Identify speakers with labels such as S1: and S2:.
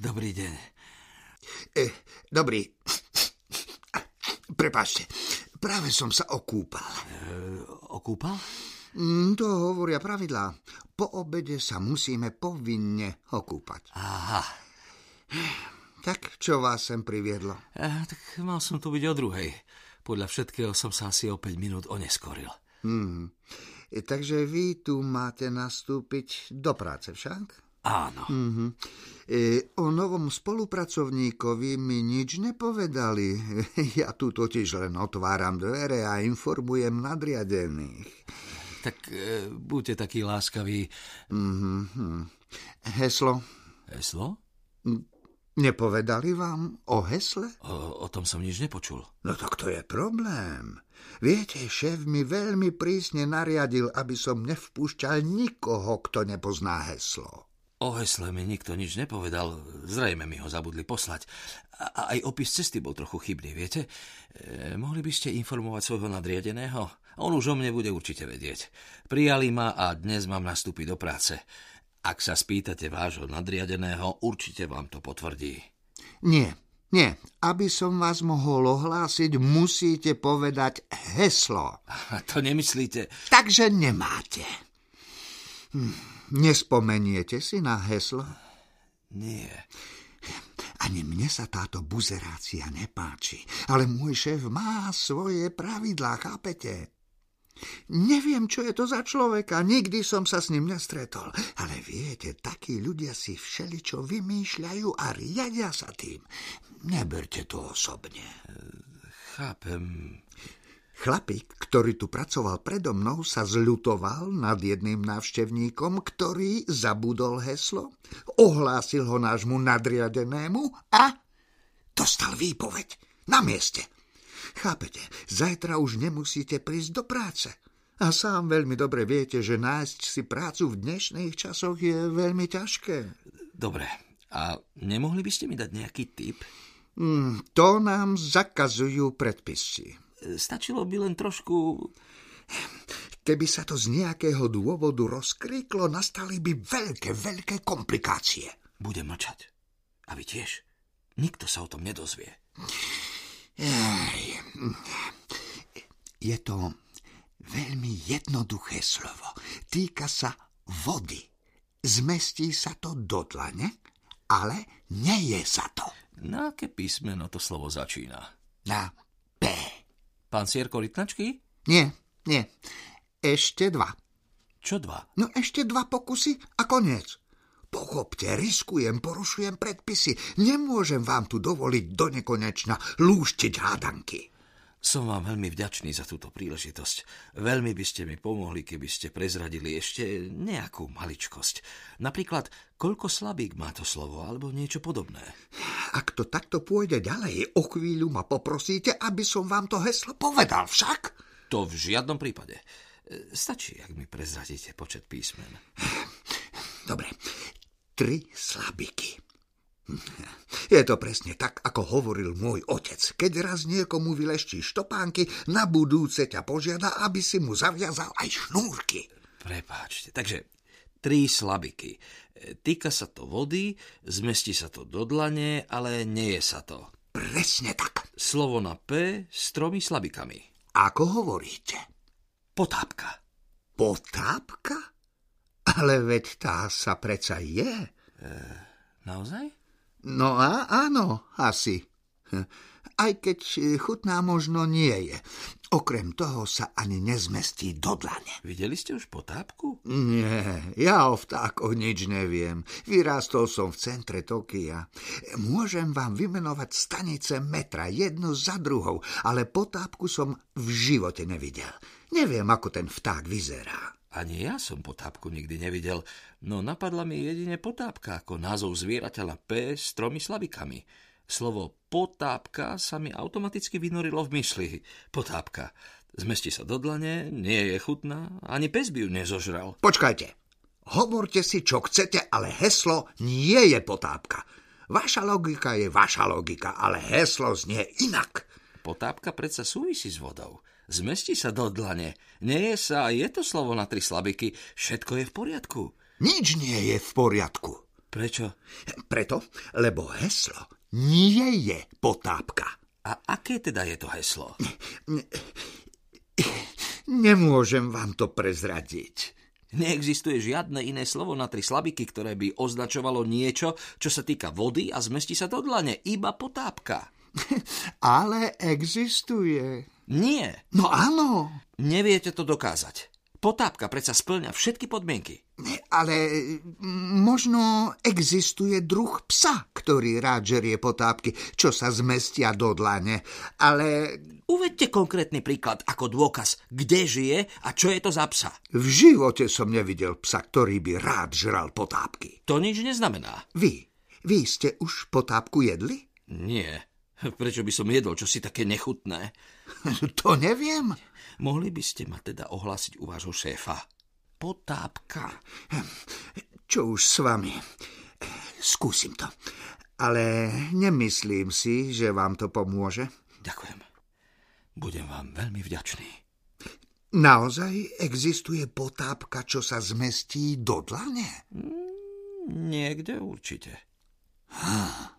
S1: Dobrý deň.
S2: E, dobrý. Prepačte, práve som sa okúpal.
S1: Okúpal?
S2: Mm, To hovoria pravidlá. Po obede sa musíme povinne okúpať.
S1: Aha.
S2: Tak čo vás sem priviedlo?
S1: E, tak mal som tu byť o druhej. Podľa všetkého som sa asi o 5 minút oneskoril.
S2: Hmm. E, Takže vy tu máte nastúpiť do práce však?
S1: Áno.
S2: Mm-hmm. E, o novom spolupracovníkovi mi nič nepovedali. Ja tu totiž len otváram dvere a informujem nadriadených.
S1: Tak e, buďte takí láskaví. E,
S2: Mm-hmm. Heslo?
S1: Heslo?
S2: Nepovedali vám o hesle?
S1: O, o tom som nič nepočul.
S2: No tak to je problém. Viete, šéf mi veľmi prísne nariadil, aby som nevpúšťal nikoho, kto nepozná heslo.
S1: O hesle mi nikto nič nepovedal, zrejme mi ho zabudli poslať. A, a aj opis cesty bol trochu chybný, viete? E, mohli by ste informovať svojho nadriadeného? On už o mne bude určite vedieť. Prijali ma a dnes mám nastúpiť do práce. Ak sa spýtate vášho nadriadeného, určite vám to potvrdí.
S2: Nie, nie. Aby som vás mohol ohlásiť, musíte povedať heslo.
S1: A to nemyslíte?
S2: Takže nemáte. Hm, Nespomeniete si na heslo?
S1: Nie.
S2: Ani mne sa táto buzerácia nepáči, ale môj šéf má svoje pravidlá, chápete? Neviem, čo je to za človeka, nikdy som sa s ním nestretol, ale viete, takí ľudia si všeličo vymýšľajú a riadia sa tým. Neberte to osobne.
S1: Chápem.
S2: Chlapík, ktorý tu pracoval predo mnou, sa zľutoval nad jedným návštevníkom, ktorý zabudol heslo, ohlásil ho nášmu nadriadenému a dostal výpoveď na mieste. Chápete, zajtra už nemusíte prísť do práce. A sám veľmi dobre viete, že nájsť si prácu v dnešných časoch je veľmi ťažké.
S1: Dobre. A nemohli by ste mi dať nejaký tip? E,
S2: Mm, to nám zakazujú predpisy.
S1: E, Stačilo by len trošku...
S2: Keby sa to z nejakého dôvodu rozkríklo, nastali by veľké, veľké komplikácie.
S1: Bude mlčať. A vy tiež. Nikto sa o tom nedozvie.
S2: Ej, je to veľmi jednoduché slovo. Týka sa vody. Zmestí sa to do dlane, ale neje sa to.
S1: Na aké písmeno to slovo začína?
S2: Na P.
S1: Pán Sierko Rytnačky?
S2: Nie, nie. Ešte dva.
S1: Čo dva?
S2: No ešte dva pokusy a koniec. Pochopte, riskujem, porušujem predpisy. Nemôžem vám tu dovoliť do nekonečna lúštiť hádanky.
S1: Som vám veľmi vďačný za túto príležitosť. Veľmi by ste mi pomohli, keby ste prezradili ešte nejakú maličkosť. Napríklad, koľko slabík má to slovo, alebo niečo podobné.
S2: Ak to takto pôjde ďalej, o chvíľu ma poprosíte, aby som vám to heslo povedal však.
S1: To v žiadnom prípade. E, Stačí, ak mi prezradíte počet písmen.
S2: Dobre, tri slabiky. Je to presne tak, ako hovoril môj otec. Keď raz niekomu vyleští štopánky, na budúce ťa požiada, aby si mu zaviazal aj šnúrky.
S1: Prepáčte. Takže tri slabiky. E, Týka sa to vody, zmestí sa to do dlane, ale nie je sa to.
S2: Presne tak,
S1: Slovo na P s tromi slabikami.
S2: ako hovoríte.
S1: Potápka.
S2: Potápka? Ale veď tá sa preca je.
S1: Naozaj?
S2: No a áno, asi. Hm. Aj keď e, chutná možno nie je. Okrem toho sa ani nezmestí do dlane.
S1: Videli ste už potápku?
S2: Nie, ja o vtákoch nič neviem. Vyrástol som v centre Tokia. Môžem vám vymenovať stanice metra jednu za druhou, ale potápku som v živote nevidel. Neviem, ako ten vták vyzerá.
S1: Ani ja som potápku nikdy nevidel, no napadla mi jedine potápka ako názov zvieraťa na P s tromi slabikami. Slovo potápka sa mi automaticky vynorilo v mysli. Potápka. Zmestí sa do dlane, nie je chutná, ani pes by ju nezožral.
S2: Počkajte. Hovorte si, čo chcete, ale heslo nie je potápka. Vaša logika je vaša logika, ale heslo znie inak.
S1: Potápka predsa súvisí s vodou. Zmestí sa do dlane. Neje sa a je to slovo na tri slabiky. Všetko je v poriadku.
S2: Nič nie je v poriadku.
S1: Prečo?
S2: Preto, lebo heslo nie je potápka.
S1: A aké teda je to heslo?
S2: Nemôžem vám to prezradiť.
S1: Neexistuje žiadne iné slovo na tri slabiky, ktoré by označovalo niečo, čo sa týka vody a zmestí sa do dlane. Iba potápka.
S2: Ale existuje.
S1: Nie,
S2: No áno,
S1: neviete to dokázať. Potápka predsa splňa všetky podmienky.
S2: ale mm, možno existuje druh psa, ktorý rád žerie potápky, čo sa zmestia do dlane. Ale
S1: Uvedte konkrétny príklad ako dôkaz, kde žije a čo je to za psa.
S2: v živote som nevidel psa, ktorý by rád žral potápky.
S1: To nič neznamená.
S2: Vy, vy ste už potápku jedli?
S1: Nie. Prečo by som jedol čosi také nechutné?
S2: To neviem.
S1: Mohli by ste ma teda ohlásiť u vášho šéfa. Potápka.
S2: Čo už s vami? Skúsim to. Ale nemyslím si, že vám to pomôže.
S1: Ďakujem. Budem vám veľmi vďačný.
S2: Naozaj existuje potápka, čo sa zmestí do dlane?
S1: Niekde určite.